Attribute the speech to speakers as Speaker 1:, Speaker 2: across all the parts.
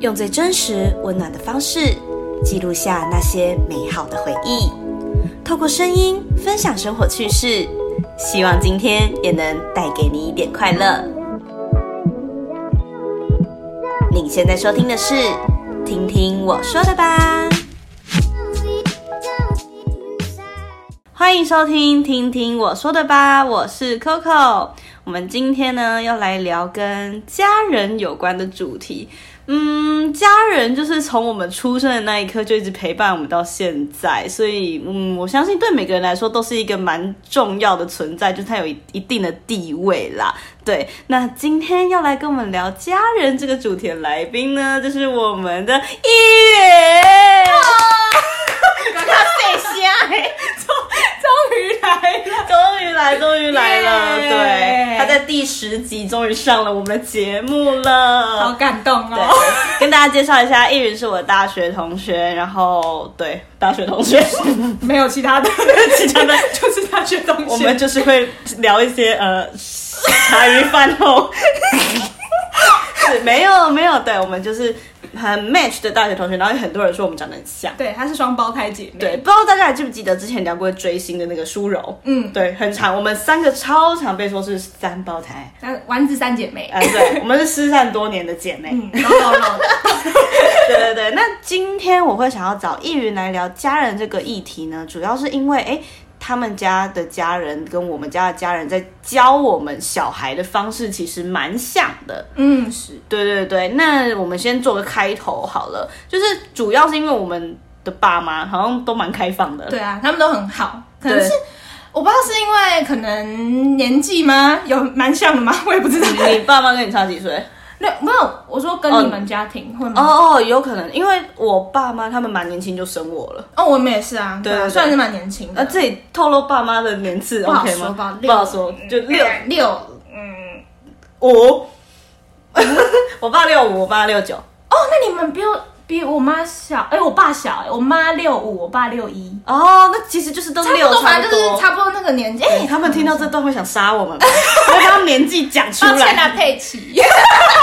Speaker 1: 用最真实、温暖的方式，记录下那些美好的回忆。透过声音分享生活趣事，希望今天也能带给你一点快乐。你现在收听的是《听听我说的吧》，欢迎收听《听听我说的吧》，我是 Coco。我们今天呢要来聊跟家人有关的主题。嗯，家人就是从我们出生的那一刻就一直陪伴我们到现在，所以嗯，我相信对每个人来说都是一个蛮重要的存在，就是它有一一定的地位啦。对，那今天要来跟我们聊家人这个主题的来宾呢，就是我们的一月，
Speaker 2: 最瞎欸， 终于来了，
Speaker 1: 终于来，终于来了，
Speaker 2: 耶
Speaker 1: 对，他在第十集终于上了我们的节目了，
Speaker 2: 好感动
Speaker 1: 对
Speaker 2: 哦！，
Speaker 1: 跟大家介绍一下，易云是我的大学同学，然后对大学同学，
Speaker 2: 没有其他的，
Speaker 1: 其他的
Speaker 2: 就是大学同学。
Speaker 1: 我们就是会聊一些呃茶余饭后， 是没有没有，对我们就是很 match 的大学同学，然后有很多人说我们长得很像。
Speaker 2: 对，她是双胞胎姐妹。
Speaker 1: 对，不知道大家还记不记得之前聊过追星的那个舒柔，
Speaker 2: 嗯，
Speaker 1: 对，很长，我们三个超常被说是三胞胎，
Speaker 2: 那丸子三姐妹
Speaker 1: 啊、，对，我们是失散多年的姐妹，
Speaker 2: 嗯，然后 然后
Speaker 1: 对 对对，那今天我会想要找易云来聊家人这个议题呢，主要是因为诶，他们家的家人跟我们家的家人在教我们小孩的方式其实蛮像的。
Speaker 2: 嗯是，
Speaker 1: 对对对，那我们先做个开头好了，就是主要是因为我们的爸妈好像都蛮开放的。
Speaker 2: 对啊，他们都很好，可能
Speaker 1: 对
Speaker 2: 是。我不知道是因为可能年纪吗？有蛮像的吗？ 我也不知道。
Speaker 1: 你爸妈跟你差几 岁？
Speaker 2: 那没有，我说跟
Speaker 1: 哦
Speaker 2: 你们家庭会吗？
Speaker 1: 哦哦，有可能，因为我爸妈他们蛮年轻就生我了。
Speaker 2: 哦，我们也是啊，对
Speaker 1: 对
Speaker 2: 啊，
Speaker 1: 对
Speaker 2: 算是蛮年轻
Speaker 1: 呃，
Speaker 2: 的，
Speaker 1: 这里透露爸妈的年次
Speaker 2: 不好
Speaker 1: OK
Speaker 2: 说
Speaker 1: 吗
Speaker 2: 吧？
Speaker 1: 不好说，就 六
Speaker 2: 六，嗯，
Speaker 1: 五，我爸六五，我爸六九。
Speaker 2: 哦，那你们比我比我妈小，哎、我爸小、哎我妈六五，我爸六一，
Speaker 1: 哦，那其实就是都
Speaker 2: 差不
Speaker 1: 六
Speaker 2: 多，
Speaker 1: 差
Speaker 2: 反
Speaker 1: 不
Speaker 2: 正就是
Speaker 1: 多。
Speaker 2: 差不多那个年纪。哎、
Speaker 1: 他们听到这段会想杀我们吧？我会把他们年纪讲出
Speaker 2: 抱歉
Speaker 1: 来，
Speaker 2: 啦，佩奇，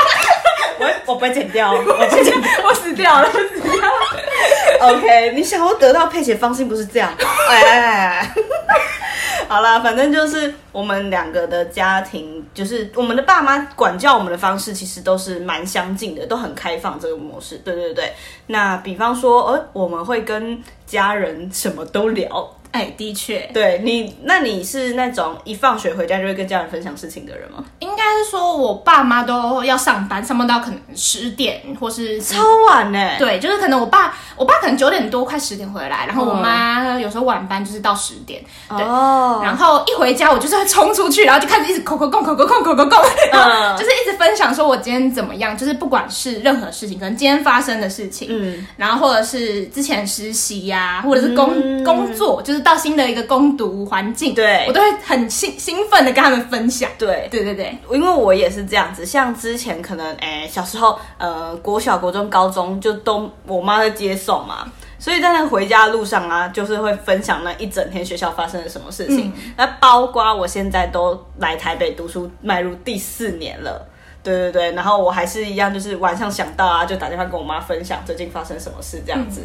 Speaker 1: 我会 我不会剪掉哦，我不会 剪掉。
Speaker 2: 我死掉了，我死掉 了。
Speaker 1: OK，你想要得到佩姐芳心不是这样？哎哎哎哎， 好啦，反正就是我们两个的家庭，就是我们的爸妈管教我们的方式，其实都是蛮相近的，都很开放这个模式。对对对，那比方说，呃，我们会跟家人什么都聊，
Speaker 2: 哎、的确，
Speaker 1: 对你，那你是那种一放学回家就会跟家人分享事情的人吗？
Speaker 2: 应该是说我爸妈都要上班，上班到可能十点或是
Speaker 1: 超晚呢、
Speaker 2: 对，就是可能我爸，我爸可能九点多快十点回来，然后我妈有时候晚班就是到十点，对
Speaker 1: 嗯哦，
Speaker 2: 然后一回家我就是会冲出去，然后就开始一直口口供口口供口口供，
Speaker 1: 嗯
Speaker 2: 然后就是一直分享说我今天怎么样，就是不管是任何事情，可能今天发生的事情，
Speaker 1: 嗯，
Speaker 2: 然后或者是之前实习呀、或者是工、工作，就是到新的一个攻读环境，
Speaker 1: 嗯对
Speaker 2: 我都会很兴兴奋的跟他们分享。
Speaker 1: 对，
Speaker 2: 对对对，
Speaker 1: 因为我也是这样子，像之前可能哎、小时候呃国小、国中、高中就都我妈会接送嘛。所以在那回家的路上啊，就是会分享那一整天学校发生了什么事情。那包括我现在都来台北读书，迈入第四年了，对对对。然后我还是一样，就是晚上想到啊，就打电话跟我妈分享最近发生什么事这样子。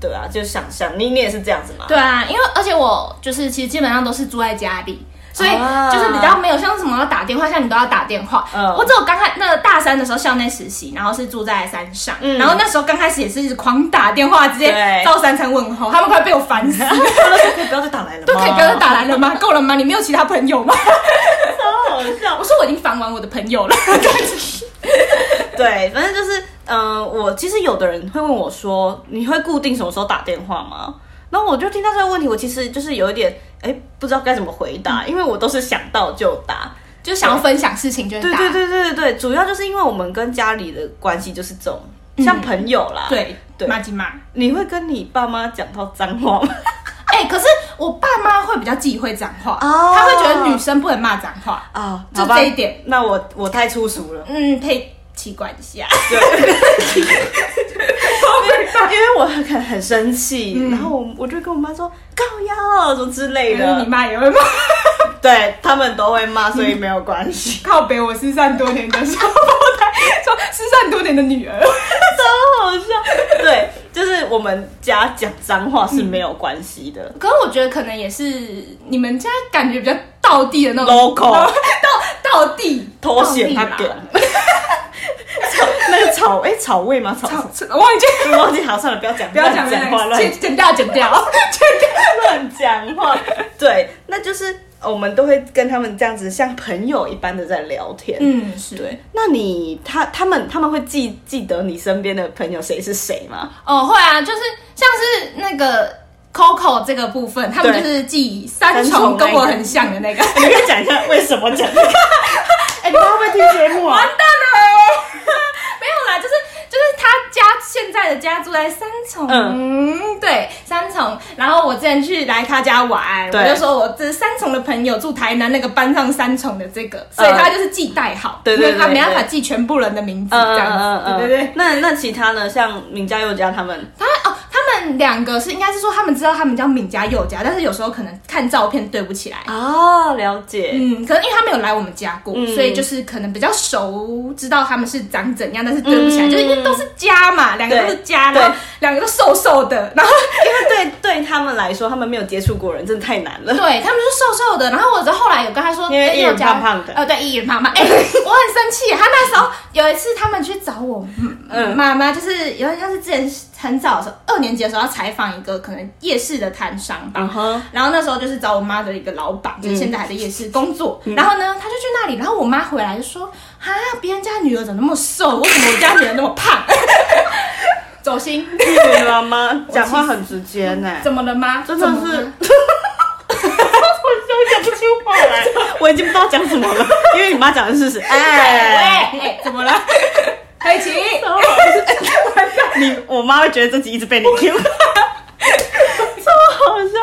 Speaker 1: 对啊，就想想你你也是这样子嘛？
Speaker 2: 对啊，因为而且我就是其实基本上都是住在家里。所以
Speaker 1: 啊
Speaker 2: 就是比较没有像什么要打电话，像你都要打电话。
Speaker 1: 嗯
Speaker 2: 我只有刚开那个大三的时候校内实习，然后是住在山上，然后那时候刚开始也是一直狂打电话，直
Speaker 1: 嗯
Speaker 2: 接
Speaker 1: 对
Speaker 2: 照三餐问候，他们快被我烦死。
Speaker 1: 可 以不要再打来了 吗？
Speaker 2: 都可以不要再打来了吗？够了吗？你没有其他 朋友吗？
Speaker 1: 超好笑。
Speaker 2: 我说我已经烦完我的朋友了。
Speaker 1: 对，反正就是，嗯、我其实有的人会问我说，你会固定什么时候打电话吗？然后我就听到这个问题，我其实就是有一点，哎，不知道该怎么回答，因为我都是想到就打。
Speaker 2: 就想要分享事情就会
Speaker 1: 对
Speaker 2: 打。
Speaker 1: 对对对对对，主要就是因为我们跟家里的关系就是这种，像朋友啦。，
Speaker 2: 对
Speaker 1: 对
Speaker 2: 骂几骂。
Speaker 1: 你会跟你爸妈讲到脏话吗？
Speaker 2: 哎、可是我爸妈会比较忌讳脏话，
Speaker 1: 哦
Speaker 2: 他会觉得女生不能骂脏话。
Speaker 1: 啊
Speaker 2: 就
Speaker 1: 好吧
Speaker 2: 这一点。
Speaker 1: 那我我太粗俗了。
Speaker 2: 嗯，配奇怪一 下。
Speaker 1: 因为我很很生气，然后我我就跟我妈说高腰什么之类
Speaker 2: 因为
Speaker 1: 的
Speaker 2: 你，妈也会骂。
Speaker 1: 对他们都会骂，所以没有关系。
Speaker 2: 靠北，我失散多年的双胞胎， 说失散多年的女 儿，
Speaker 1: 超好笑。对，就是我们家讲脏话是没有关系的。
Speaker 2: 可是我觉得可能也是你们家感觉比较道地的那种
Speaker 1: local
Speaker 2: 道道地
Speaker 1: 脱险他
Speaker 2: 道地
Speaker 1: 梗
Speaker 2: 啦，
Speaker 1: 草 那个草哎、草味吗？草
Speaker 2: 好吃我忘记
Speaker 1: 我忘记好算了，不要讲
Speaker 2: 不要
Speaker 1: 乱
Speaker 2: 讲
Speaker 1: 讲话，
Speaker 2: 了，
Speaker 1: 乱
Speaker 2: 剪剪掉剪掉，
Speaker 1: 乱讲话。 对，那就是呃我们都会跟他们这样子像朋友一般的在聊天。
Speaker 2: 嗯，是
Speaker 1: 对，那你他他们他们会记记得你身边的朋友谁是谁吗？
Speaker 2: 哦，会啊，就是像是那个 Coco 这个部分，他们就是记三
Speaker 1: 三重
Speaker 2: 重跟我
Speaker 1: 那个
Speaker 2: 很像的那个，
Speaker 1: 你可以讲一下为什么讲这个？ 哎、你们会不会听节目啊？
Speaker 2: 哦 没有啦，就是就是他家现在的家住在三重，嗯，对，三重。然后我之前去来他家玩，
Speaker 1: 对
Speaker 2: 我就说我这三重的朋友住台南那个班上三重的这个，所以他就是记代号，
Speaker 1: 嗯对对
Speaker 2: 因为他
Speaker 1: 对
Speaker 2: 没办法
Speaker 1: 对
Speaker 2: 记全部人的名字这
Speaker 1: 嗯
Speaker 2: 样子，
Speaker 1: 嗯嗯，
Speaker 2: 对对对。
Speaker 1: 那那其他呢？像明家佑家他们，
Speaker 2: 他哦，他们两个是应该是说他们知道他们叫敏家佑家，但是有时候可能看照片对不起来。
Speaker 1: 哦，了解。
Speaker 2: 嗯，可能因为他没有来我们家过，
Speaker 1: 嗯
Speaker 2: 所以就是可能比较熟，知道他们是长怎样，但是对不起来，
Speaker 1: 嗯
Speaker 2: 就是因为都是家嘛，两个都是家，
Speaker 1: 对
Speaker 2: 然后两个都瘦瘦的， 然后
Speaker 1: 因为对对他们来说，他们没有接触过人，真的太难了。
Speaker 2: 对他们就是瘦瘦的，然后我就后来有跟他说，
Speaker 1: 因为
Speaker 2: 哎
Speaker 1: 一人
Speaker 2: 有家
Speaker 1: 胖胖的
Speaker 2: 呃，对，一人胖胖，哎、我很生气，他那时候有一次他们去找我
Speaker 1: 嗯
Speaker 2: 妈妈，就是有点像是之前很早的时候，二年级的时候要采访一个可能夜市的摊商吧，
Speaker 1: 嗯哼，
Speaker 2: 然后那时候就是找我妈的一个老
Speaker 1: 嗯
Speaker 2: 板，就是现在还在夜市工作。然后呢，他就去那里，然后我妈回来就说：“啊，别人家女儿怎么那么瘦？为什么我家女儿那么胖？” 走心，
Speaker 1: 你妈妈讲话很直接呢，
Speaker 2: 怎么了吗？
Speaker 1: 真的
Speaker 2: 嗯怎么
Speaker 1: 是，
Speaker 2: 了
Speaker 1: 我讲不出话来，我已经不知道讲什么了，因为你妈讲的是事实。哎，
Speaker 2: 哎哎，怎么了？佩奇，
Speaker 1: 你我妈会觉得自己一直被你 Q，超好笑。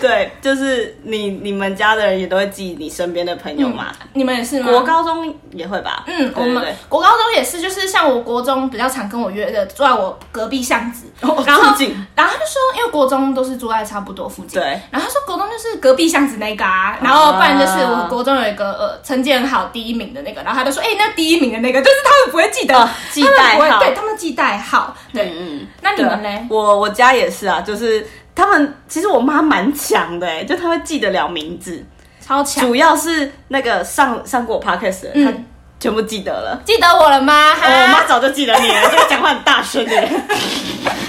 Speaker 1: 对，就是你你们家的人也都会记你身边的朋友嘛，
Speaker 2: 你们也是吗？
Speaker 1: 国高中也会吧？
Speaker 2: 嗯，我
Speaker 1: 对对
Speaker 2: 们
Speaker 1: 对。
Speaker 2: 国高中也是，就是像我国中比较常跟我约的，住在我隔壁巷子，
Speaker 1: 哦
Speaker 2: 然后
Speaker 1: 附近
Speaker 2: 然后他就说，因为国中都是住在差不多附近，
Speaker 1: 对
Speaker 2: 然后他说国中就是隔壁巷子那个啊，然后不然就是我国中有一个呃成绩很好第一名的那个，然后他就说，哎、那第一名的那个，就是他们不会记得，
Speaker 1: 哦记代号
Speaker 2: 他们不会对他们记代号，对，
Speaker 1: 嗯，
Speaker 2: 那你们
Speaker 1: 对
Speaker 2: 嘞？
Speaker 1: 我我家也是啊，就是他们其实我妈蛮强的哎、就她会记得了名字，
Speaker 2: 超强，
Speaker 1: 主要是那个上上过我 podcast 的人，她
Speaker 2: 嗯
Speaker 1: 全部记得了。
Speaker 2: 记得我了吗？
Speaker 1: 哦我妈
Speaker 2: 哈，
Speaker 1: 早就记得你了，就讲话很大声的人。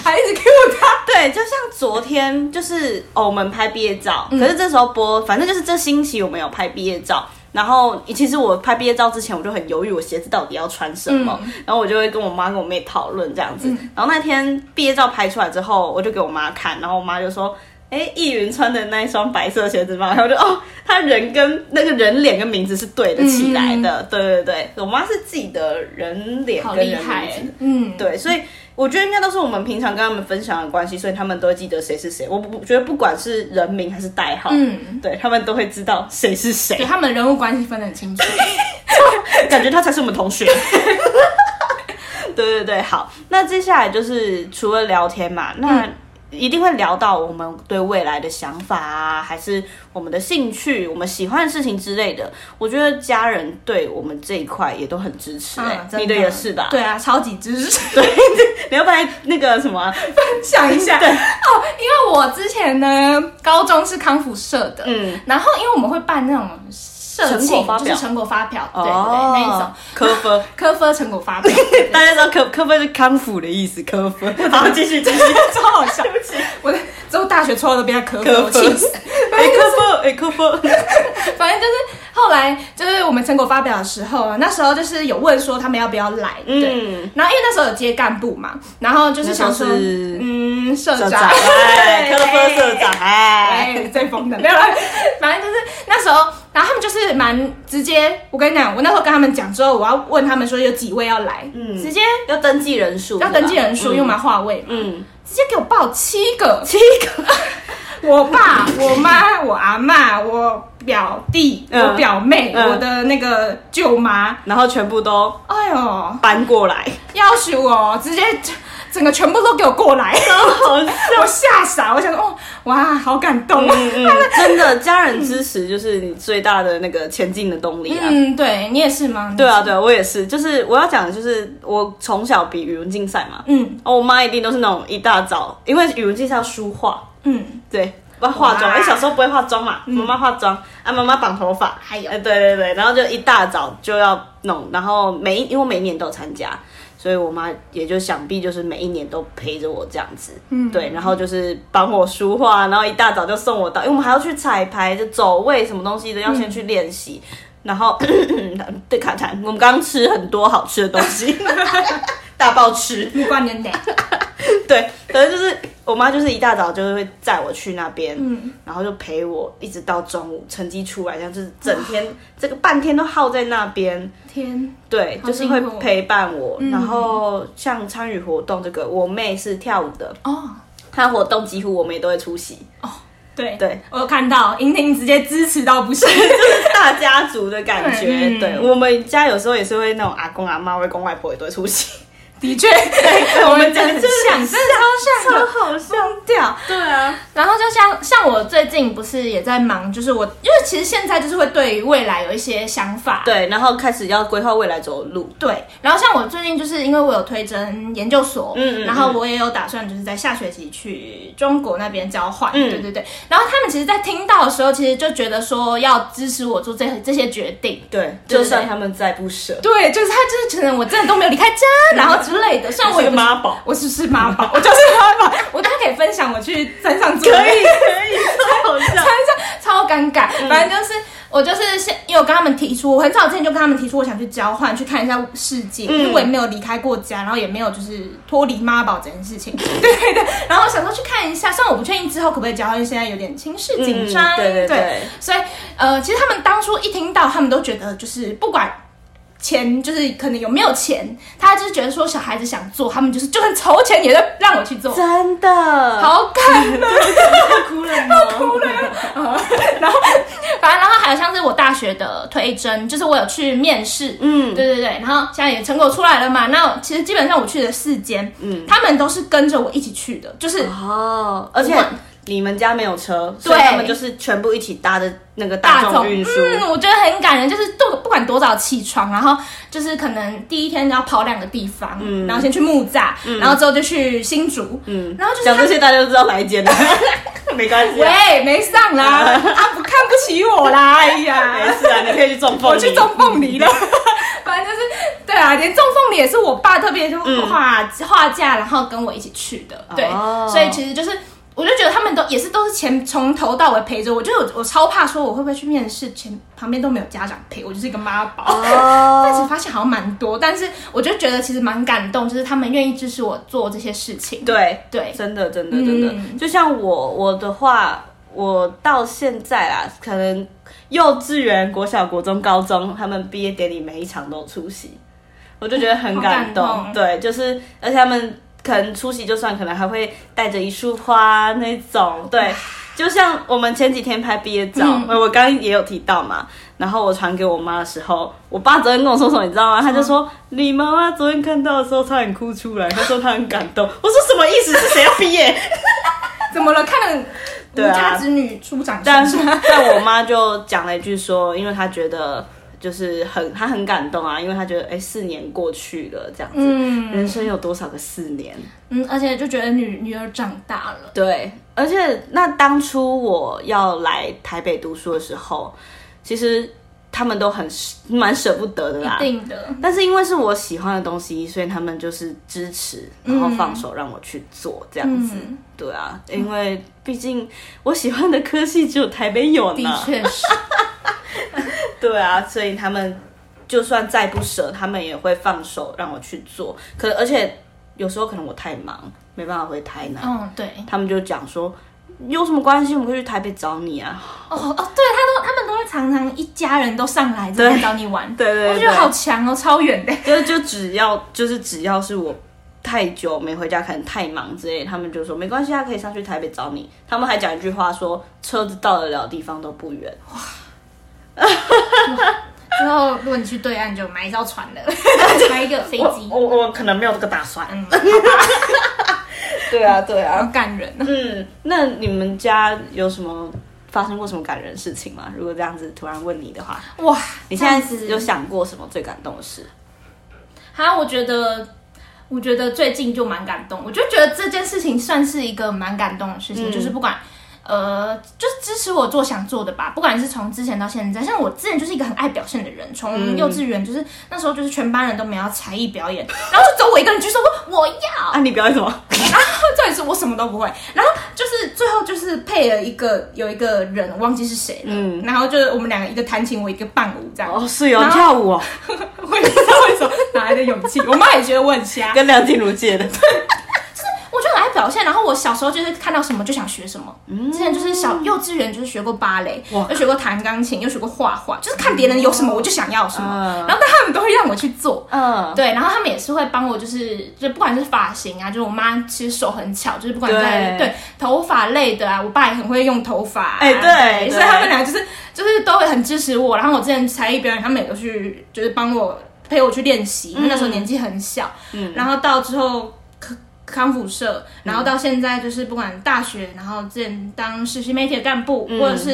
Speaker 2: 还一直 Q 他，
Speaker 1: 对，就像昨天，就是、哦、我们拍毕业照，
Speaker 2: 嗯
Speaker 1: 可是这时候播，反正就是这星期我们有拍毕业照。然后其实我拍毕业照之前，我就很犹豫，我鞋子到底要穿什么。
Speaker 2: 嗯
Speaker 1: 然后我就会跟我妈跟我妹讨论这样子。然后那天毕业照拍出来之后，我就给我妈看，然后我妈就说。哎，易云穿的那一双白色鞋子嘛，然后我就哦，她人跟那个人脸跟名字是对得起来的，
Speaker 2: 嗯
Speaker 1: 对对对，我妈是记得人脸
Speaker 2: 好
Speaker 1: 跟人
Speaker 2: 厉
Speaker 1: 名
Speaker 2: 害
Speaker 1: 字，，
Speaker 2: 嗯，
Speaker 1: 对，所以我觉得应该都是我们平常跟他们分享的关系，所以他们都会记得谁是谁。我不我觉得不管是人名还是代号，
Speaker 2: 嗯，
Speaker 1: 对他们都会知道谁是
Speaker 2: 对，
Speaker 1: 谁，
Speaker 2: 他们人物关系分得很清楚。
Speaker 1: 感觉他才是我们同学。 对对对，好，那接下来就是除了聊天嘛，那。
Speaker 2: 嗯
Speaker 1: 一定会聊到我们对未来的想法啊，还是我们的兴趣、我们喜欢的事情之类的。我觉得家人对我们这一块也都很支持、欸
Speaker 2: 嗯，真
Speaker 1: 你的也是吧？，
Speaker 2: 对啊，超级支持。
Speaker 1: 你要不然那个什么啊、
Speaker 2: 想一下，对哦，因为我之前呢，高中是康复社的，
Speaker 1: 嗯，
Speaker 2: 然后因为我们会办那种社
Speaker 1: 成果
Speaker 2: 庆
Speaker 1: 发，表
Speaker 2: 就是成果发表，对对
Speaker 1: 哦，
Speaker 2: 对，那一种
Speaker 1: 科分，
Speaker 2: 科科成果发 表，
Speaker 1: 大家知道科科分是康复的意思，科分。 好，继续继续。
Speaker 2: 超好笑。对不起，我的之后大学抽到都变成科科，
Speaker 1: 科
Speaker 2: 我
Speaker 1: 分
Speaker 2: 气死。，
Speaker 1: 哎，科分，哎，科分。
Speaker 2: 反正就是后来就是我们成果发表的时候啊，那时候就是有问说他们要不要来，对。
Speaker 1: 嗯，
Speaker 2: 然后因为那时候有接干部嘛，然后就是想说
Speaker 1: 那时候是，
Speaker 2: 嗯，社
Speaker 1: 社
Speaker 2: 长，
Speaker 1: 长，哎，科分社长，哎，
Speaker 2: 哎，最疯的没有啦， 反正就是那时候，然后他们就是蛮直接。我跟你讲，我那时候跟他们讲之后，我要问他们说有几位要来，
Speaker 1: 嗯
Speaker 2: 直接
Speaker 1: 要登记人数，
Speaker 2: 要登记人数，因为我
Speaker 1: 用
Speaker 2: 们要划位嘛，
Speaker 1: 嗯，
Speaker 2: 直接给我报七个，七个。我爸、我妈、我阿妈、我表弟、
Speaker 1: 嗯
Speaker 2: 我表妹、
Speaker 1: 嗯
Speaker 2: 我的那个舅妈，
Speaker 1: 然后全部都
Speaker 2: 哎呦，
Speaker 1: 搬过来，
Speaker 2: 要死我，直接整个全部都给我过 来，
Speaker 1: 好笑。
Speaker 2: 我吓傻，我想说，哦，哇，好感动。
Speaker 1: 嗯，真的，家人支持就是你最大的那个前进的动力啊。
Speaker 2: 嗯，对你也是吗？
Speaker 1: 对啊，对啊，我也是。就是我要讲的就是，我从小比语文竞赛嘛，
Speaker 2: 嗯
Speaker 1: 哦，我妈一定都是那种一大早，因为语文竞赛要梳化，
Speaker 2: 嗯，
Speaker 1: 对，要化妆。
Speaker 2: 哇
Speaker 1: 因为小时候不会化妆嘛，妈妈化妆，啊，妈妈绑头发，
Speaker 2: 还有
Speaker 1: 哎，对对对，然后就一大早就要弄，然后每一因为我每一年都有参加，所以我妈也就想必就是每一年都陪着我这样子，嗯，对，然后就是帮我梳化，然后一大早就送我到，因为我们还要去彩排、就走位什么东西的，要先去练习。然后， 对卡痰，我们刚刚吃很多好吃的东西，大爆吃。
Speaker 2: 不关你的，
Speaker 1: 对，可是就是我妈就是一大早就会载我去那边，
Speaker 2: 嗯
Speaker 1: 然后就陪我一直到中午成绩出来，这样就是整天这个半天都耗在那边，
Speaker 2: 天，
Speaker 1: 对，
Speaker 2: 好
Speaker 1: 就是
Speaker 2: 辛
Speaker 1: 会
Speaker 2: 苦哦嗯
Speaker 1: 陪伴我。然后像参与活动这个，我妹是跳舞的，
Speaker 2: 哦，
Speaker 1: 她活动几乎我们也都会出席，
Speaker 2: 对
Speaker 1: 对，
Speaker 2: 我有看到莹婷直接支持到不行，
Speaker 1: 大家族的感觉。
Speaker 2: 对嗯
Speaker 1: 对我们家有时候也是会那种阿公阿妈、外公外婆也都会出席，
Speaker 2: 的确，我们真的很像，真的超像的，
Speaker 1: 好笑。
Speaker 2: 疯掉。
Speaker 1: 对啊，
Speaker 2: 然后就像像我最近不是也在忙，就是我因为其实现在就是会对于未来有一些想法，
Speaker 1: 对，然后开始要规划未来走的路。
Speaker 2: 对，然后像我最近就是因为我有推甄研究所，
Speaker 1: 嗯嗯嗯
Speaker 2: 然后我也有打算就是在下学期去中国那边交换，
Speaker 1: 嗯
Speaker 2: 对对对。然后他们其实，在听到的时候，其实就觉得说要支持我做这这些决定。
Speaker 1: 对，
Speaker 2: 对
Speaker 1: 就算他们再不舍，
Speaker 2: 对，就是他就是可能我真的都没有离开家，然后之 类的。虽然我也不是，
Speaker 1: 宝。
Speaker 2: 我只是妈宝，我 就是妈宝。我大家可以分享我去山上做的
Speaker 1: 以，超好笑。
Speaker 2: 超尴尬。
Speaker 1: 嗯
Speaker 2: 反正就是我就是先，因为我跟他们提出，我很早之前就跟他们提出，我想去交换，去看一下世界，
Speaker 1: 嗯
Speaker 2: 因为我也没有离开过家，然后也没有就是脱离妈宝这件事情。 对的，然后想说去看一下，虽然我不确定之后可不可以交换，现在有点情绪紧张，
Speaker 1: 嗯对对对
Speaker 2: 所以呃，其实他们当初一听到，他们都觉得就是不管。钱就是可能有没有钱，他就是觉得说小孩子想做，他们就是就算筹钱也在让我 去做，
Speaker 1: 真的，好
Speaker 2: 好感人
Speaker 1: 哭了哦吗？哭了。
Speaker 2: 反正然后还有像是我大学的推甄，就是我有去面试，
Speaker 1: 嗯，
Speaker 2: 对对对，然后现在也成果出来了嘛。那其实基本上我去了四间，嗯，他们都是跟着我一起去的，就是
Speaker 1: 哦，而且你们家没有车，所以
Speaker 2: 对
Speaker 1: 他们就是全部一起搭的那个大众运输。
Speaker 2: 嗯，我觉得很感人，就是多不管多早起床，然后就是可能第一天要跑两个地方，
Speaker 1: 嗯
Speaker 2: 然后先去木栅，然后之后就去新竹，嗯，然后就是
Speaker 1: 讲
Speaker 2: 他
Speaker 1: 嗯这些大家都知道哪一间的， 没关系啊，
Speaker 2: 喂没上啦，他不看不起我啦，哎呀，
Speaker 1: 没事啊，你可以去种凤梨。
Speaker 2: 我去种凤梨了。嗯 反正就是，对啊，连种凤梨也是我爸特别就画、画架，然后跟我一起去的。对，
Speaker 1: 哦
Speaker 2: 所以其实就是，我就觉得他们都也是都是前从头到尾陪着我，就是我我超怕说我会不会去面试前旁边都没有家长陪我，就是一个妈宝。但
Speaker 1: 哦，
Speaker 2: 是发现好像蛮多，但是我就觉得其实蛮感动，就是他们愿意支持我做这些事情。
Speaker 1: 对，
Speaker 2: 对，
Speaker 1: 真的，真的，真的，
Speaker 2: 嗯
Speaker 1: 就像我我的话，我到现在啦，可能幼稚园、国小、国中、高中，他们毕业典礼每一场都出席，我就觉得很感动。
Speaker 2: 好感动
Speaker 1: 对，就是而且他们可能出席就算，可能还会带着一束花那种，对。就像我们前几天拍毕业照，呃
Speaker 2: 嗯
Speaker 1: 我我刚刚也有提到嘛，然后我传给我妈的时候，我爸昨天跟我说什么，你知道吗？他就说你妈妈昨天看到的时候差点哭出来，他说她很感动。 我说什么意思？是谁要毕业？
Speaker 2: 怎么了？看了
Speaker 1: 对
Speaker 2: 无
Speaker 1: 啊
Speaker 2: 家之女出长
Speaker 1: 但
Speaker 2: 身
Speaker 1: 是，但我妈就讲了一句说，因为她觉得就是很，她很感动啊，因为她觉得哎、四年过去了这样子，
Speaker 2: 嗯
Speaker 1: 人生有多少个四年？
Speaker 2: 嗯，而且就觉得女女儿长大了。
Speaker 1: 对，而且那当初我要来台北读书的时候，其实他们都很舍蛮舍不得的啦
Speaker 2: 一。定的，
Speaker 1: 但是因为是我喜欢的东西，所以他们就是支持，然后放手让我去做这样子。
Speaker 2: 嗯
Speaker 1: 对啊，因为毕竟我喜欢的科系只有台北有呢。
Speaker 2: 的确是。
Speaker 1: 对啊，所以他们就算再不舍，他们也会放手让我去做。可而且有时候可能我太忙，没办法回台南，
Speaker 2: 嗯，对。
Speaker 1: 他们就讲说有什么关系，我们可以去台北找你啊。
Speaker 2: 哦哦，对，他都他们都会常常一家人都上来这边找你玩，
Speaker 1: 对对
Speaker 2: 我
Speaker 1: 对
Speaker 2: 觉得好强哦，超 远的。
Speaker 1: 就就只要就是只要是我。太久没回家，可能太忙之类，他们就说没关系，啊他可以上去台北找你。他们还讲一句话说，车子到得了的地方都不远。
Speaker 2: 之后如果你去对岸，就买一艘船了， 买一个飞
Speaker 1: 我
Speaker 2: 机，
Speaker 1: 我我可能没有这个打算。
Speaker 2: 嗯，
Speaker 1: 对啊，对
Speaker 2: 好
Speaker 1: 啊。
Speaker 2: 感人啊！
Speaker 1: 嗯，那你们家有什么发生过什么感人的事情吗？如果这样子突然问你的话，
Speaker 2: 哇，
Speaker 1: 你现在
Speaker 2: 这样子
Speaker 1: 有想过什么最感动的事？
Speaker 2: 哈，我觉得，我觉得最近就蛮感动，我就觉得这件事情算是一个蛮感动的事情，
Speaker 1: 嗯
Speaker 2: 就是不管。呃，就是支持我做想做的吧，不管是从之前到现在，像我之前就是一个很爱表现的人，从
Speaker 1: 嗯
Speaker 2: 幼稚园就是、那时候就是全班人都没有要才艺表演，然后就只有我一个人举手说我要，
Speaker 1: 啊，你表演什么？
Speaker 2: 这也是我什么都不会，然后就是最后就是配了一个有一个人我忘记是谁了，
Speaker 1: 嗯
Speaker 2: 然后就是我们两个一个弹琴，我一个伴舞这样，
Speaker 1: 哦，是有
Speaker 2: 然后
Speaker 1: 跳舞哦，
Speaker 2: 我也不知道为什么哪来的勇气，我妈也觉得我很瞎，
Speaker 1: 跟梁静茹借的。
Speaker 2: 我就很爱表现，然后我小时候就是看到什么就想学什么。之前就是小幼稚园就是学过芭蕾
Speaker 1: 嗯哇，
Speaker 2: 又学过弹钢琴，又学过画画，就是看别人有什么我就想要什么。
Speaker 1: 嗯
Speaker 2: 然后但他们都会让我去做，
Speaker 1: 嗯，
Speaker 2: 对，然后他们也是会帮我，就是就不管是发型啊，就是我妈其实手很巧，就是不管在
Speaker 1: 对
Speaker 2: 对头发类的啊，我爸也很会用头发啊、
Speaker 1: 哎对
Speaker 2: 所以
Speaker 1: 对
Speaker 2: 他们俩就是就是都会很支持我。然后我之前才艺表演，他们也都去就是帮我陪我去练习，因为那时候年纪很小，
Speaker 1: 嗯
Speaker 2: 然后到之后。康康复社，然后到现在就是不管大学，然后之前当实习媒体的干部，
Speaker 1: 嗯
Speaker 2: 或者是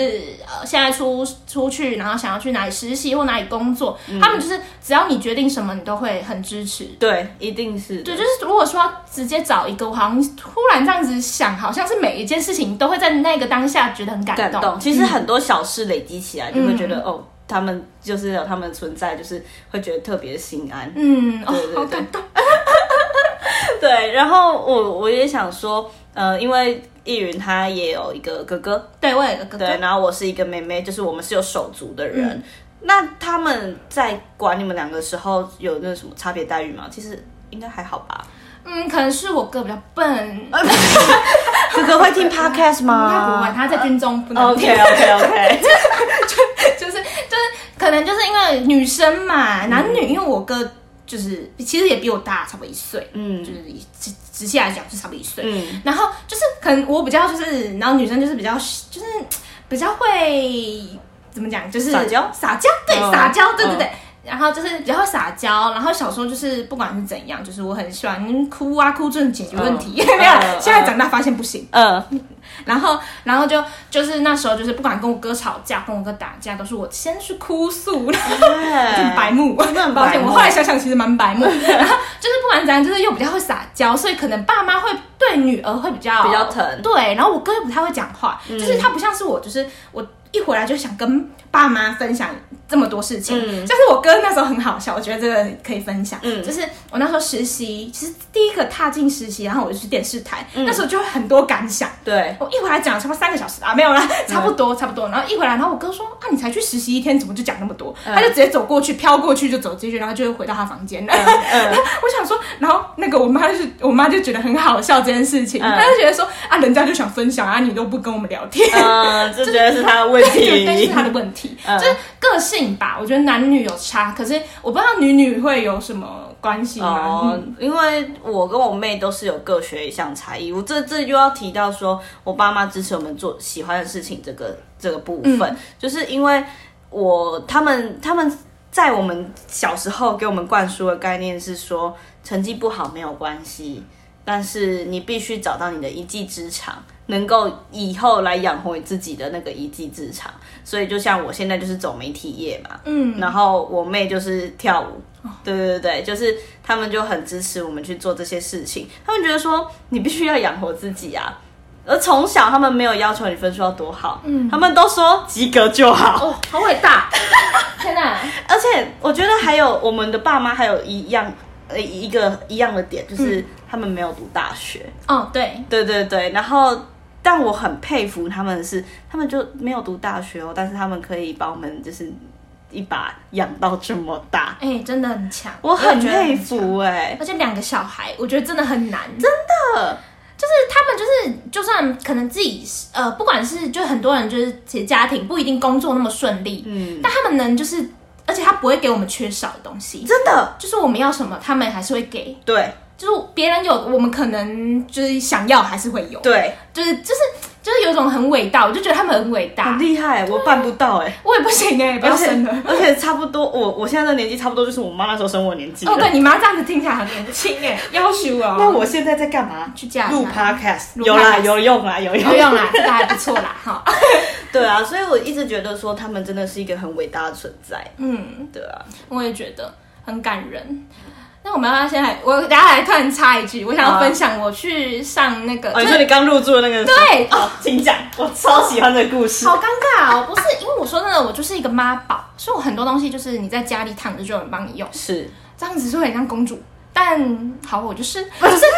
Speaker 2: 呃现在出出去，然后想要去哪里实习或哪里工作，
Speaker 1: 嗯
Speaker 2: 他们就是只要你决定什么，你都会很支持。
Speaker 1: 对，一定是的。
Speaker 2: 对，就是如果说要直接找一个，我好像突然这样子想，好像是每一件事情都会在那个当下觉得很感
Speaker 1: 感
Speaker 2: 动。
Speaker 1: 动。其实很多小事累积起来，就会
Speaker 2: 嗯
Speaker 1: 觉得、哦，他们就是有他们的存在，就是会觉得特别心安。
Speaker 2: 嗯，哦
Speaker 1: 对对，对
Speaker 2: 好感动。
Speaker 1: 对，然后我我也想说，呃，因为易云他也有一个哥哥，
Speaker 2: 对，我有一个哥哥，嗯
Speaker 1: 对，然后我是一个妹妹，就是我们是有手足的人。那他们在管你们两个的时候，有那什么差别待遇吗？其实应该还好吧。
Speaker 2: 嗯，可能是我哥比较笨，
Speaker 1: 啊
Speaker 2: 他
Speaker 1: 哥哥会 听 podcast 吗？
Speaker 2: 嗯不会，他在军中不能
Speaker 1: OK OK OK，
Speaker 2: 就是就是，可能就是因为女生嘛，男
Speaker 1: 嗯
Speaker 2: 女，因为我哥就是其实也比我大，差不多一岁，
Speaker 1: 嗯
Speaker 2: 就是以直直系来讲是差不多一岁。
Speaker 1: 嗯
Speaker 2: 然后就是可能我比较就是，然后女生就是比较就是比较会怎么讲，就是
Speaker 1: 撒娇
Speaker 2: 撒娇，对，
Speaker 1: 嗯
Speaker 2: 撒娇，对对
Speaker 1: 嗯
Speaker 2: 对。然后就是比较会撒娇，然后小时候就是不管是怎样，就是我很喜欢哭啊，哭这种解决问
Speaker 1: 嗯
Speaker 2: 题。没有啦
Speaker 1: 嗯，嗯
Speaker 2: 现在长大发现不行。
Speaker 1: 嗯
Speaker 2: 然后，然后就就是那时候就是不管跟我哥吵架，跟我哥打架，都是我先去哭诉， 然后就
Speaker 1: 嗯，
Speaker 2: 白目，
Speaker 1: 真的很白目
Speaker 2: 抱歉，我后来想想其实蛮白 目。然后就是不管怎样，就是又比较会撒娇，所以可能爸妈会对女儿会比较
Speaker 1: 比较疼嗯
Speaker 2: 对，然后我哥又不太会讲话，就是他不像是我，就是我。一回来就想跟爸妈分享这么多事情，
Speaker 1: 嗯
Speaker 2: 像是我哥那时候很好笑，我觉得这个可以分享。
Speaker 1: 嗯
Speaker 2: 就是我那时候实习，其实第一个踏进实习，然后我就去电视台，
Speaker 1: 嗯
Speaker 2: 那时候就会很多感想。
Speaker 1: 对，
Speaker 2: 我一回来讲了差不多三个小时啊，没有啦，差不
Speaker 1: 嗯
Speaker 2: 多、差不多。然后一回来，然后我哥说啊，你才去实习一天，怎么就讲那么多？
Speaker 1: 嗯
Speaker 2: 他就直接走过去，飘过去就走进去，然后就会回到他房间了。
Speaker 1: 嗯
Speaker 2: 我想说，然后那个我妈就是我妈就觉得很好笑这件事情，
Speaker 1: 嗯
Speaker 2: 她就觉得说啊，人家就想分享啊，你都不跟我们聊天。
Speaker 1: 嗯，这绝对是他的问
Speaker 2: 对，但是
Speaker 1: 题。
Speaker 2: 他的问题、
Speaker 1: 嗯
Speaker 2: 就是个性吧，我觉得男女有差，可是我不知道女女会有什么关系吗？
Speaker 1: 哦
Speaker 2: 嗯，
Speaker 1: 因为我跟我妹都是有各学一项才艺，我这这又要提到说，我爸妈支持我们做喜欢的事情这个这个部分，
Speaker 2: 嗯
Speaker 1: 就是因为我他们他们在我们小时候给我们灌输的概念是说，成绩不好没有关系，但是你必须找到你的一技之长，能够以后来养活你自己的那个一技之长。所以就像我现在就是走媒体业嘛，
Speaker 2: 嗯，
Speaker 1: 然后我妹就是跳舞，对对对对，就是他们就很支持我们去做这些事情，他们觉得说你必须要养活自己啊。而从小他们没有要求你分数要多好，嗯，他们都说及格就好。
Speaker 2: 哦，好伟大！ 天哪，
Speaker 1: 而且我觉得还有我们的爸妈还有一样呃一个一样的点，就是他们没有读大学。
Speaker 2: 哦，对，
Speaker 1: 对对对，然后但我很佩服他们是，他们就没有读大学哦，但是他们可以把我们就是一把养到这么大，
Speaker 2: 哎、真的很强，
Speaker 1: 我很
Speaker 2: 也觉得
Speaker 1: 佩
Speaker 2: 强
Speaker 1: 服哎、
Speaker 2: 而且两个小孩，我觉得真的很难，真的。就是他们就是，就算可能自己呃，不管是就很多人就是其实家庭不一定工作那么顺利，
Speaker 1: 嗯，
Speaker 2: 但他们能就是，而且他不会给我们缺少的东西，
Speaker 1: 真的，
Speaker 2: 就是我们要什么，他们还是会给，
Speaker 1: 对
Speaker 2: 就是别人有，我们可能就是想要还是会有，
Speaker 1: 对，
Speaker 2: 就是就是。就是有种很伟大，我就觉得他们很伟
Speaker 1: 很
Speaker 2: 大。
Speaker 1: 厉害，
Speaker 2: 啊
Speaker 1: 我办不到哎、
Speaker 2: 我也不行哎、不
Speaker 1: 而
Speaker 2: 要
Speaker 1: 且
Speaker 2: 生了。
Speaker 1: 而且差不多，我我现在的年纪差不多就是我妈那时候生我的年纪了。
Speaker 2: 哦，对你妈这样子听起来很年轻哎、要求哦。
Speaker 1: 那我现在在干嘛？
Speaker 2: 去嫁人啊
Speaker 1: 录 podcast，
Speaker 2: 录
Speaker 1: 有啦，
Speaker 2: podcast
Speaker 1: 有用啦，有用。
Speaker 2: 有用啦，这个还不错啦，哈。
Speaker 1: 对啊，所以我一直觉得说他们真的是一个很伟大的存在。
Speaker 2: 嗯，
Speaker 1: 对啊，
Speaker 2: 我也觉得很感人。那我们要不要先来？我等下来突然插一句，我想要分享我去上那个，
Speaker 1: 哦，
Speaker 2: 就
Speaker 1: 你
Speaker 2: 是
Speaker 1: 说你刚入住的那个，
Speaker 2: 对
Speaker 1: 哦，请讲，我超喜欢这个故事。
Speaker 2: 好尴尬哦，不是因为我说真的，我就是一个妈宝，所以我很多东西就是你在家里躺着就有人帮你用，
Speaker 1: 是，
Speaker 2: 这样子就很像公主。但好，我就是不是就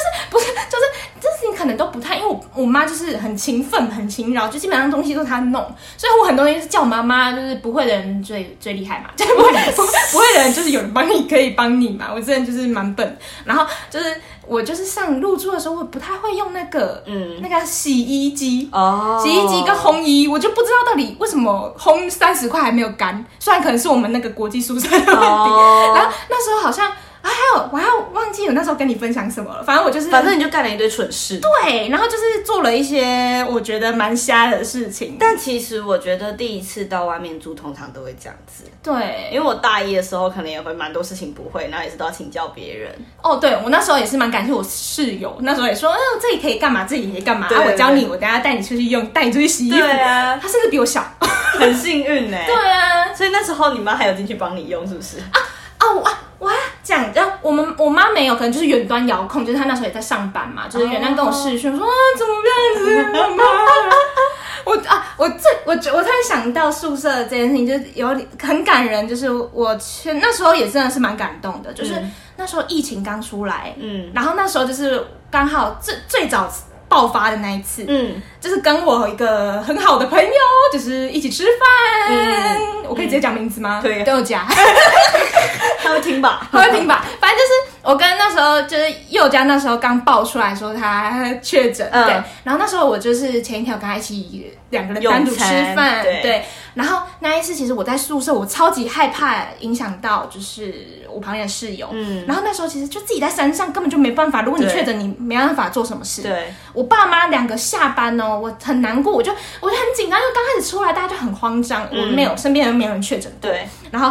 Speaker 2: 是不是就是这事情可能都不太，因为我我妈就是很勤奋很勤劳，就基本上东西都是她弄，所以我很多东西是叫我妈妈，就是不会的人最最厉害嘛，就是不会不不会的人就是有人帮你可以帮你嘛，我真的就是蛮笨，然后就是我就是上入住的时候我不太会用那个
Speaker 1: 嗯，
Speaker 2: 那个洗衣机
Speaker 1: 哦
Speaker 2: 洗衣机跟烘衣，我就不知道到底为什么烘三十块还没有干，虽然可能是我们那个国际宿舍的问题。
Speaker 1: 哦
Speaker 2: 然后那时候好像啊，还有我还有忘记我那时候跟你分享什么了，反正我就是
Speaker 1: 反正你就干了一堆蠢事。
Speaker 2: 对，然后就是做了一些我觉得蛮瞎的事情。
Speaker 1: 但其实我觉得第一次到外面住，通常都会这样子。因
Speaker 2: 对，
Speaker 1: 为我大一的时候，可能也会蛮多事情不会，然后也是都要请教别人。
Speaker 2: 哦，对我那时候也是蛮感谢我室友，那时候也说，嗯、这里可以干嘛，这里可以干嘛，
Speaker 1: 对
Speaker 2: 啊，我教
Speaker 1: 对
Speaker 2: 你，我等下带你出去用，带你出去洗衣服。
Speaker 1: 啊，
Speaker 2: 他甚至比我小。
Speaker 1: 很幸运呢、
Speaker 2: 对啊，
Speaker 1: 所以那时候你妈还有进去帮你用，是不是？
Speaker 2: 哦，我啊我还讲，呃，我们我妈没有，可能就是远端遥控，就是她那时候也在上班嘛，就是远端跟我视讯，我说啊怎么这样子，妈妈。我啊，我这我觉我突然想到宿舍这件事情，就是有点很感人，就是我去那时候也真的是蛮感动的，就是
Speaker 1: 嗯
Speaker 2: 那时候疫情刚出来，
Speaker 1: 嗯
Speaker 2: 然后那时候就是刚好最最早爆发的那一次，
Speaker 1: 嗯，
Speaker 2: 就是跟我一个很好的朋友，就是一起吃饭，我可以直接讲名字吗？
Speaker 1: 可以啊
Speaker 2: 都有加。
Speaker 1: 她会听 吧？
Speaker 2: 喝停吧，反正就是我跟那时候就是佑佳那时候刚爆出来说他确诊，
Speaker 1: 嗯
Speaker 2: 对，然后那时候我就是前一天我跟他一起两个人
Speaker 1: 用
Speaker 2: 单独吃
Speaker 1: 餐
Speaker 2: 饭，
Speaker 1: 对
Speaker 2: 然后那一次其实我在宿舍我超级害怕影响到就是我旁边的室友，
Speaker 1: 嗯
Speaker 2: 然后那时候其实就自己在山上根本就没办法，如果你
Speaker 1: 对
Speaker 2: 确诊你没办法做什么事，
Speaker 1: 对，
Speaker 2: 我爸妈两个下班哦，我很难过，我就我就很紧张，因为刚开始出来大家就很慌张，我没
Speaker 1: 嗯
Speaker 2: 有身边人没有人确诊过，
Speaker 1: 对，
Speaker 2: 然后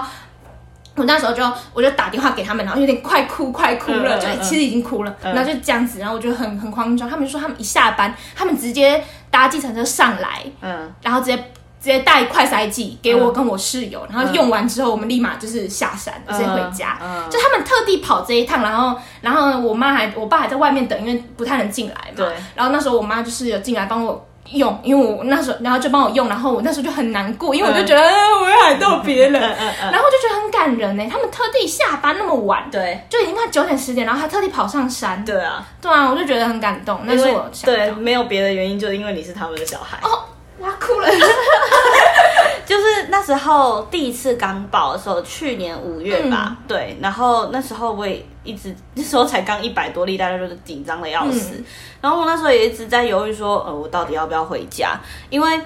Speaker 2: 我那时候就我就打电话给他们，然后有点快哭快哭了，
Speaker 1: 嗯嗯
Speaker 2: 就哎
Speaker 1: 嗯
Speaker 2: 其实已经哭了，
Speaker 1: 嗯
Speaker 2: 然后就这样子，然后我就很很慌张。他们就说他们一下班，他们直接搭计程车上来，
Speaker 1: 嗯，
Speaker 2: 然后直接直接带快筛剂给我跟我室友，然后用完之后我们立马就是下山，直接回家。
Speaker 1: 嗯
Speaker 2: 就他们特地跑这一趟，然后，然后我妈还我爸还在外面等，因为不太能进来嘛。
Speaker 1: 对。
Speaker 2: 然后那时候我妈就是有进来帮我用，因为我那时候，然后就帮我用，然后我那时候就很难过，因为我就觉得、呃我要害到别人，
Speaker 1: 嗯嗯
Speaker 2: 然后我就觉得很感人欸呢、他们特地下班那么晚
Speaker 1: 嗯，，对，
Speaker 2: 就已经快九点十点，然后还特地跑上山。
Speaker 1: 对啊，
Speaker 2: 对啊，我就觉得很感动，那是
Speaker 1: 因为
Speaker 2: 我想
Speaker 1: 对
Speaker 2: 到。
Speaker 1: 没有别的原因，就是因为你是他们的小孩。
Speaker 2: 哦，我要 哭了。
Speaker 1: 就是那时候第一次刚爆的时候，去年五月
Speaker 2: 嗯
Speaker 1: 吧，对，然后那时候我也一直那时候才刚一百多例，大家就是紧张的要死。
Speaker 2: 嗯
Speaker 1: 然后我那时候也一直在犹豫说，呃，我到底要不要回家？因为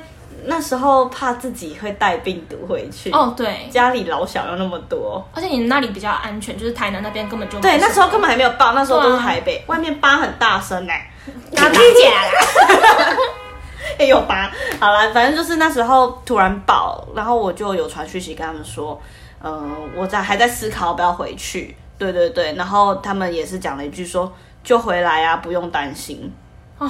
Speaker 1: 那时候怕自己会带病毒回去，
Speaker 2: 哦，对，
Speaker 1: 家里老小又那么多。
Speaker 2: 而且你那里比较安全，就是台南那边根本就
Speaker 1: 对，那时候根本还没有爆，那时候都是
Speaker 2: 对啊
Speaker 1: 台北，外面八很大声欸呢、
Speaker 2: 打地姐啦。
Speaker 1: 也有吧。好啦，反正就是那时候突然爆，然后我就有传讯息跟他们说，嗯，我在还在思考要不要回去。对对对，然后他们也是讲了一句说，就回来啊，不用担心。
Speaker 2: 哦，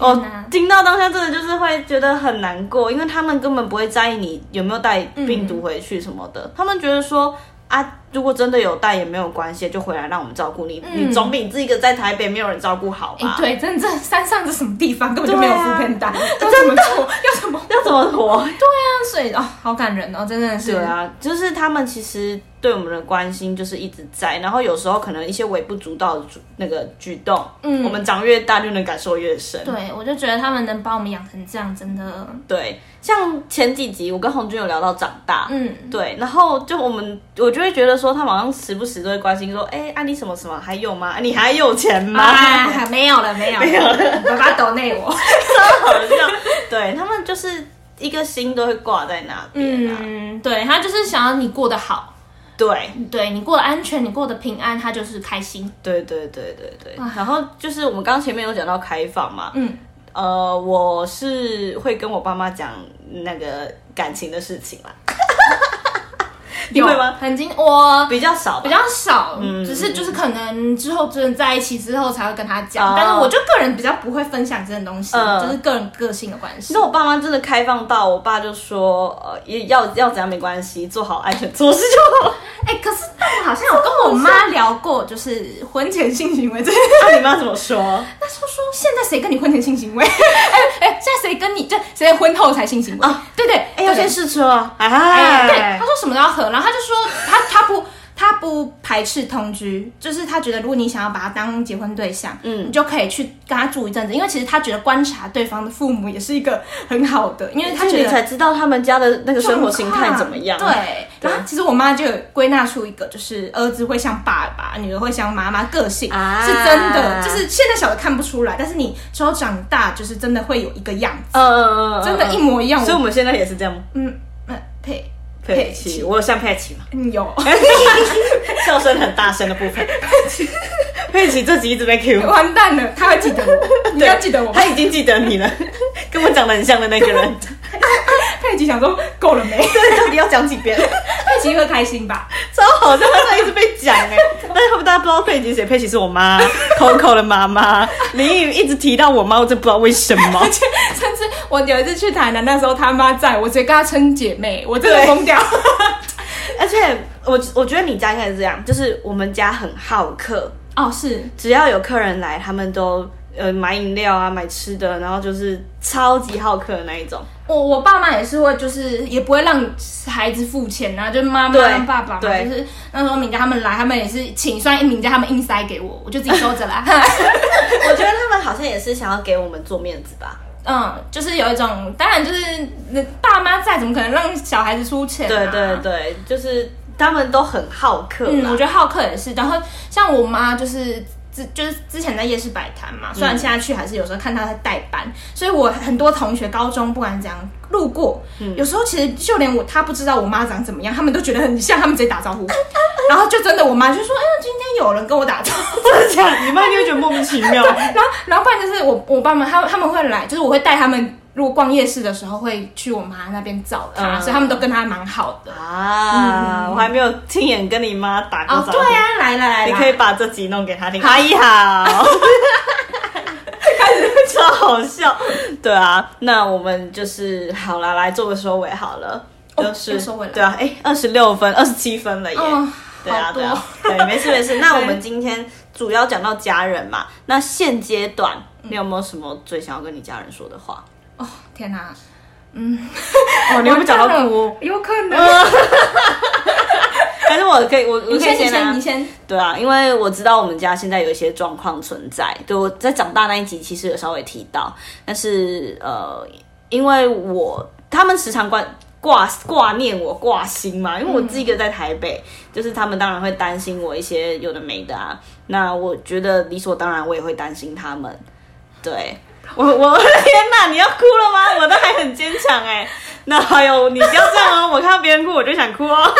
Speaker 1: 哦
Speaker 2: 天哪，
Speaker 1: 听到当下真的就是会觉得很难过，因为他们根本不会在意你有没有带病毒回去什么的，他们觉得说。啊，如果真的有带也没有关系，就回来让我们照顾你。你总比你自己一个在台北没有人照顾好吧？
Speaker 2: 哎，对，真的山上是什么地方，根本就没有
Speaker 1: 对
Speaker 2: 扶
Speaker 1: 啊
Speaker 2: 贫打，要怎么做？要怎么？
Speaker 1: 要怎么活？
Speaker 2: 所以哦，好感人哦，真的是。
Speaker 1: 对啊，就是他们其实对我们的关心就是一直在，然后有时候可能一些微不足道的举那个举动，
Speaker 2: 嗯
Speaker 1: 我们长越大就能感受越深。
Speaker 2: 对，我就觉得他们能把我们养成这样，真的，
Speaker 1: 对，像前几集我跟红军有聊到长大，
Speaker 2: 嗯，
Speaker 1: 对，然后就我们我就会觉得说，他们好像时不时都会关心说，哎、啊你什么什么还有吗？啊你还有钱吗？
Speaker 2: 啊，没有了，没有了，
Speaker 1: 没有了
Speaker 2: 爸爸抖内 我。
Speaker 1: 好像对他们就是一个心都会挂在那边啊。
Speaker 2: 嗯，对他就是想要你过得好，
Speaker 1: 对，
Speaker 2: 对你过得安全，你过得平安，他就是开心。
Speaker 1: 对对对对对，然后就是我们刚刚前面有讲到开放嘛，
Speaker 2: 嗯，
Speaker 1: 呃，我是会跟我爸妈讲那个感情的事 情啦。你会吗？
Speaker 2: 很经我
Speaker 1: 比较少
Speaker 2: 比
Speaker 1: 吧，
Speaker 2: 较少，只是就是可能之后真的在一起之后才会跟他讲，但是我就个人比较不会分享这种东西，
Speaker 1: 嗯
Speaker 2: 就是个人个性的关系
Speaker 1: 其实。我爸妈真的开放到，我爸就说，呃，也要要怎样没关系，做好安全措施就 好了。
Speaker 2: 哎、可是但我好像有跟我妈聊过，就是婚前性行为这 件
Speaker 1: 那、你妈怎么说？
Speaker 2: 那时候说，现在谁跟你婚前性行为？ 哎哎、现在谁跟你这谁婚后才性行为？
Speaker 1: 啊
Speaker 2: 对对，
Speaker 1: 哎，要
Speaker 2: 对
Speaker 1: 先试车啊！
Speaker 2: 哎对，
Speaker 1: 哎
Speaker 2: 他，说什么都要合，然后他就说他他不他不排斥同居，就是他觉得如果你想要把他当结婚对象，嗯，你就可以去跟他住一阵子，因为其实他觉得观察对方的父母也是一个很好的，因为他
Speaker 1: 就
Speaker 2: 觉
Speaker 1: 你
Speaker 2: 得
Speaker 1: 才知道他们家的那个生活形态怎么样。
Speaker 2: 状况对，
Speaker 1: 对
Speaker 2: 然后其实我妈就有归纳出一个，就是儿子会像爸爸，女儿会像妈妈，个性、
Speaker 1: 啊
Speaker 2: 是真的，就是现在小的看不出来，但是你之后长大，就是真的会有一个样子，
Speaker 1: 嗯，嗯嗯嗯，
Speaker 2: 真的，一模一样。
Speaker 1: 所以我
Speaker 2: 我
Speaker 1: 们现在也是这样吗？
Speaker 2: 嗯，那佩
Speaker 1: 佩奇，我有像佩奇吗？
Speaker 2: 嗯 有，
Speaker 1: 笑声很大声的 部分。佩奇这集一直被 Q，
Speaker 2: 完蛋了，他会记得 我，你要记得我。
Speaker 1: 他已经记得 你了，跟我长得很像的那个人。
Speaker 2: 佩奇想说够了 没？
Speaker 1: 对，到底要讲几遍？
Speaker 2: 佩奇会开心 吧？
Speaker 1: 超好笑，他一直被讲哎、但是大家不知道佩奇是谁，佩奇是我 妈，Coco 的妈妈。林颖一直提到我妈，我真不知道为什么
Speaker 2: 而。且甚至我有一次去台南，那时候他妈在我直接跟她称姐妹，我真的疯 掉。
Speaker 1: 而且我我觉得你家应该是这样，就是我们家很好客，
Speaker 2: 哦，是
Speaker 1: 只要有客人来，他们都呃买饮料啊，买吃的，然后就是超级好客的那一种。
Speaker 2: 我我爸妈也是会，就是也不会让孩子付钱啊，就是妈妈
Speaker 1: 对
Speaker 2: 让爸爸嘛，
Speaker 1: 对
Speaker 2: 就是那时候敏佳他们来，他们也是请，虽然敏佳他们硬塞给我，我就自己收着 啦。
Speaker 1: 我觉得他们好像也是想要给我们做面子吧。
Speaker 2: 嗯，就是有一种，当然就是那爸妈在，怎么可能让小孩子出钱、啊？
Speaker 1: 对对对，就是他们都很好客啦。
Speaker 2: 嗯，我觉得好客也是。然后像我妈就是。之就是之前在夜市摆摊
Speaker 1: 嗯
Speaker 2: 嘛，虽然现在去还是有时候看她在代班，所以我很多同学高中不管怎样路过，
Speaker 1: 嗯
Speaker 2: 有时候其实就连我她不知道我妈长怎么样，他们都觉得很像，他们直接打 招呼，然后就真的我妈就说，哎、呀，今天有人跟我打招 呼，
Speaker 1: 真的假的？你妈就会觉得莫名其妙。
Speaker 2: 然后，然后不然就是我我爸妈他们他们会来，就是我会带他们，如果逛夜市的时候会去我妈那边找她，
Speaker 1: 嗯
Speaker 2: 所以他们都跟她蛮好 的。
Speaker 1: 啊，我还没有亲眼跟你妈打过招
Speaker 2: 嗯哦，
Speaker 1: 呼。
Speaker 2: 对啊，来了来了，
Speaker 1: 你可以把这集弄给他听。阿姨 好，超好笑。对啊，那我们就是好啦，来做个收尾好了。
Speaker 2: 哦
Speaker 1: 就是、
Speaker 2: 要收尾了
Speaker 1: 对啊，哎，二十六分，二十七分了耶。
Speaker 2: 哦
Speaker 1: 对啊
Speaker 2: 好，多
Speaker 1: 对啊，对，没事没 事。那
Speaker 2: 对
Speaker 1: 我们今天主要讲到家人嘛，那现阶段你有没有什么最想要跟你家人说的话？
Speaker 2: 哦，天哪、
Speaker 1: 哦，你会不会讲到哭？
Speaker 2: 有可能。
Speaker 1: 还是我可以，我我可以
Speaker 2: 你先，嗯你
Speaker 1: 啊
Speaker 2: 先，你先。
Speaker 1: 对啊，因为我知道我们家现在有一些状况存在，对我在长大那一集其实有稍微提到，但是呃，因为我他们时常挂挂挂念我挂心嘛，因为我自己一个在台北，就是他们当然会担心我一些有的没的啊，那我觉得理所当然我也会担心他们，对。我我 天哪！你要哭了吗？我都还很坚强哎、那还有你不要这样哦，我看到别人哭我就想哭哦。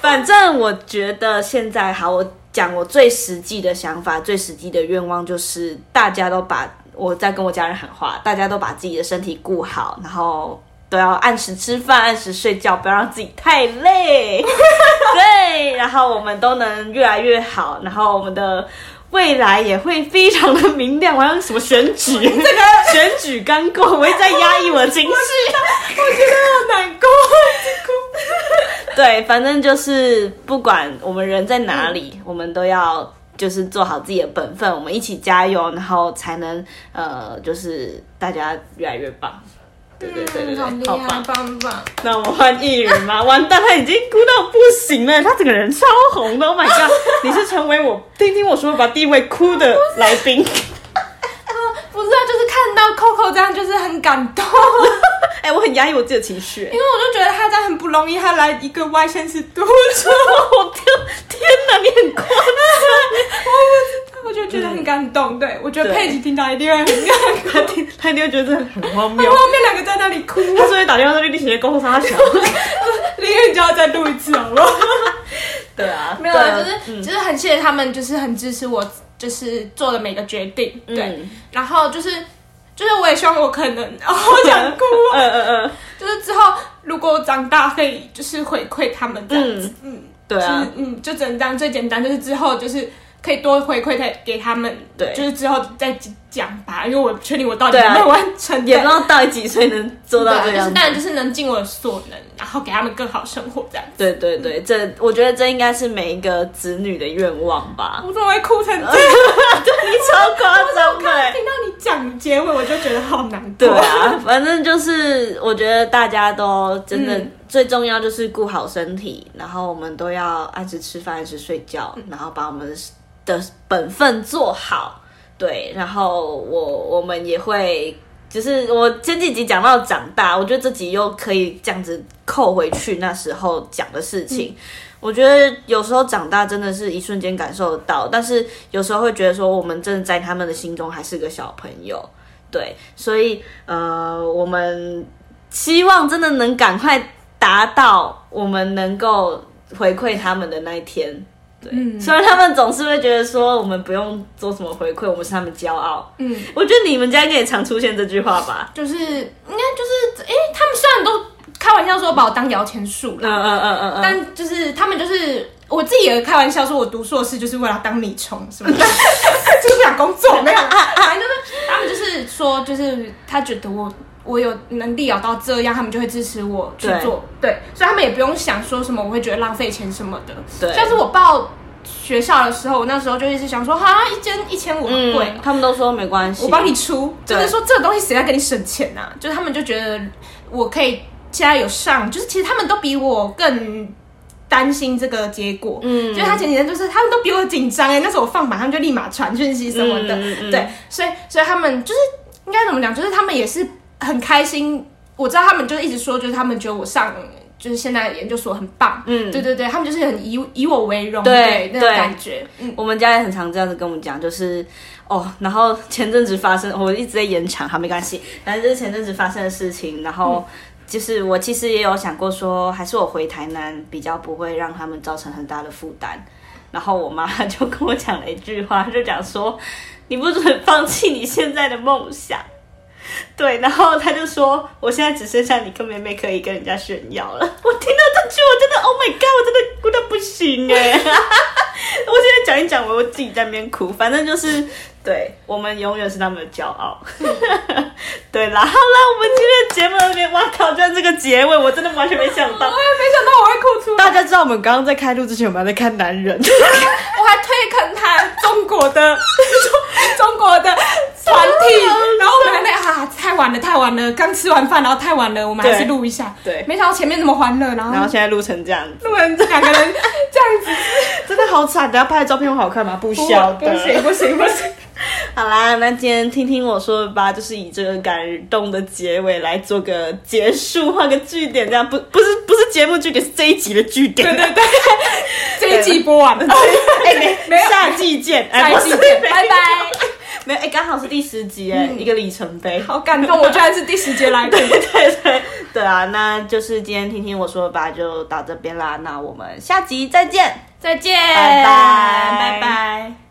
Speaker 1: 反正我觉得现在好，我讲我最实际的想法，最实际的愿望就是大家都把我在跟我家人喊话，大家都把自己的身体顾好，然后都要按时吃饭，按时睡觉，不要让自己太累。对，然后我们都能越来越好，然后我们的。未来也会非常的明亮，好像什么选举， 这个选举刚过，我一直在压 抑我的情绪。
Speaker 2: 好难过，
Speaker 1: 对，反正就是不管我们人在哪里，我们都要就是做好自己的本分，我们一起加油，然后才能呃，就是大家越来越棒。对对
Speaker 2: 嗯
Speaker 1: 对对对，好棒！
Speaker 2: 啊棒棒！
Speaker 1: 那我换艺人 吗？完蛋，他已经哭到不行了，他整个人超红的。Oh my god！你是成为我听听我说把第一位哭的来宾。
Speaker 2: 不是啊，就是看到 Coco 这样，就是很感 动，
Speaker 1: 哎、我很压抑我自己的情绪。
Speaker 2: 因为我就觉得他这样很不容易，他来一个外县市读 书，
Speaker 1: 我天天哪，你很夸张！
Speaker 2: 我就觉得很感动。对，我觉得
Speaker 1: 对
Speaker 2: 佩奇听到一定会很
Speaker 1: 他
Speaker 2: 感动。
Speaker 1: 听他一定会觉得很荒谬。
Speaker 2: 后面两个在那里哭，
Speaker 1: 他所以打电话说立雪公差小。
Speaker 2: 林远就要再录一次，好不好？
Speaker 1: 对啊，
Speaker 2: 没有，
Speaker 1: 对啊
Speaker 2: 就是就是很谢谢他们，就是很支持我，就是做的每个决定，对，
Speaker 1: 嗯
Speaker 2: 然后就是就是我也希望我可能，哦，我想哭，
Speaker 1: 嗯嗯嗯，
Speaker 2: 就是之后如果我长大可以就是回馈他们这样子，嗯，
Speaker 1: 对啊
Speaker 2: 就是，嗯，就只能这样最简单，就是之后就是可以多回馈给给他们，
Speaker 1: 对
Speaker 2: 就是之后再讲吧，因为我不确定我到底
Speaker 1: 对
Speaker 2: 有
Speaker 1: 啊
Speaker 2: 没有完成，
Speaker 1: 也不知道到底几岁能做到
Speaker 2: 对啊
Speaker 1: 这
Speaker 2: 就是
Speaker 1: 样子
Speaker 2: 当。然就是能尽我所能，然后给他们更好生活这样。
Speaker 1: 对对对，这我觉得这应该是每一个子女的愿望吧。
Speaker 2: 我怎么会哭成这 样？
Speaker 1: 你超夸
Speaker 2: 我
Speaker 1: 张
Speaker 2: 刚刚
Speaker 1: 的。
Speaker 2: 听到你讲结尾，我就觉得好难
Speaker 1: 对
Speaker 2: 过。
Speaker 1: 啊， 反正就是我觉得大家都真的
Speaker 2: 嗯
Speaker 1: 最重要就是顾好身体，然后我们都要按时吃饭、按时睡觉，然后把我们的本分做好。对，然后我我们也会，就是我前几集讲到长大，我觉得这集又可以这样子扣回去那时候讲的事情。我觉得有时候长大真的是一瞬间感受得到，但是有时候会觉得说，我们真的在他们的心中还是个小朋友。对，所以呃，我们希望真的能赶快达到我们能够回馈他们的那一天。对，
Speaker 2: 嗯
Speaker 1: 虽然他们总是会觉得说我们不用做什么回馈，我们是他们骄傲。
Speaker 2: 嗯，
Speaker 1: 我觉得你们家应该也常出现这句话吧？
Speaker 2: 就是应该就是，哎、他们虽然都开玩笑说把我当摇钱树
Speaker 1: 嗯
Speaker 2: 了，
Speaker 1: 嗯嗯嗯嗯，
Speaker 2: 但就是他们就是我自己也开玩笑说，我读硕士就是为了当米虫什么的， 就是想工作
Speaker 1: 啊
Speaker 2: 没有啦，反正就是他们就是说，就是他觉得我。我有能力咬到这样，他们就会支持我去做，对，所以他们也不用想说什么我会觉得浪费钱什么的。
Speaker 1: 对
Speaker 2: 像是我报学校的时候，我那时候就一直想说，哈，一间一千五好
Speaker 1: 嗯
Speaker 2: 贵哦、
Speaker 1: 他们都说没关系，
Speaker 2: 我帮你出，
Speaker 1: 对
Speaker 2: 就是说这个东西谁在给你省钱呐、就是他们就觉得我可以现在有上，就是其实他们都比我更担心这个结果。
Speaker 1: 嗯，
Speaker 2: 就是他前几天就是他们都比我紧张哎，那时候我放榜，他们就立马传讯息什么的，
Speaker 1: 嗯嗯嗯
Speaker 2: 对，所以所以他们就是应该怎么讲，就是他们也是很开心。我知道他们就是一直说，就是他们觉得我上就是现在研究所很棒，
Speaker 1: 嗯
Speaker 2: 对对对，他们就是很以以我为荣，
Speaker 1: 对
Speaker 2: 那种
Speaker 1: 对
Speaker 2: 感觉，嗯，
Speaker 1: 我们家也很常这样子跟我们讲，就是哦，然后前阵子发生，我一直在延长，好没关系，反正就是前阵子发生的事情，然后。就是我其实也有想过说，还是我回台南比较不会让他们造成很大的负担。然后我妈就跟我讲了一句话，就讲说你不准放弃你现在的梦想。对，然后她就说我现在只剩下你跟妹妹可以跟人家炫耀了。 我听到这句，我真的 Oh my God，我真的哭到不行哎、 我现在讲一讲，我自己在那边哭，反正就是对我们永远是他们的骄傲。 对啦，好啦，我们今天的节目到这边，哇靠，居然这个结尾，我真的完全没想
Speaker 2: 我也
Speaker 1: 到。
Speaker 2: 没想到我会哭出来。
Speaker 1: 大家知道我们刚刚在开录之前，我们还在看男人，
Speaker 2: 我还推坑他中国的 中中国的团体，然后我们还在啊，太晚了，太晚了，刚吃完饭，然后太晚了，我们还是
Speaker 1: 对
Speaker 2: 录一下。
Speaker 1: 对
Speaker 2: 没想到前面那么欢乐，然
Speaker 1: 然后
Speaker 2: 后
Speaker 1: 现在录成这样子，
Speaker 2: 录完两个人这样子，
Speaker 1: 真的好惨。等下拍的照片会好看吗？不晓
Speaker 2: 不行
Speaker 1: 得。
Speaker 2: 不行不 行，
Speaker 1: 好啦，那今天听听我说的吧，就是以这个感动的结尾来做个结束，画个句点，这样不不是不是节目句点，是这一集的句点。
Speaker 2: 对对对，这一季播完了，
Speaker 1: 哎，没
Speaker 2: 没有
Speaker 1: 下季见，
Speaker 2: 下
Speaker 1: 哎，
Speaker 2: 一
Speaker 1: 不
Speaker 2: 季
Speaker 1: 是
Speaker 2: 见
Speaker 1: 没有
Speaker 2: 拜拜。
Speaker 1: 没有，哎、刚好是第十集，哎、一个里程碑。
Speaker 2: 好感动，我居然是第十节来 的，
Speaker 1: 对对对啊，那就是今天听听我说吧，就 到这边啦。那我们下集再见，
Speaker 2: 再见，
Speaker 1: 拜拜
Speaker 2: 拜拜。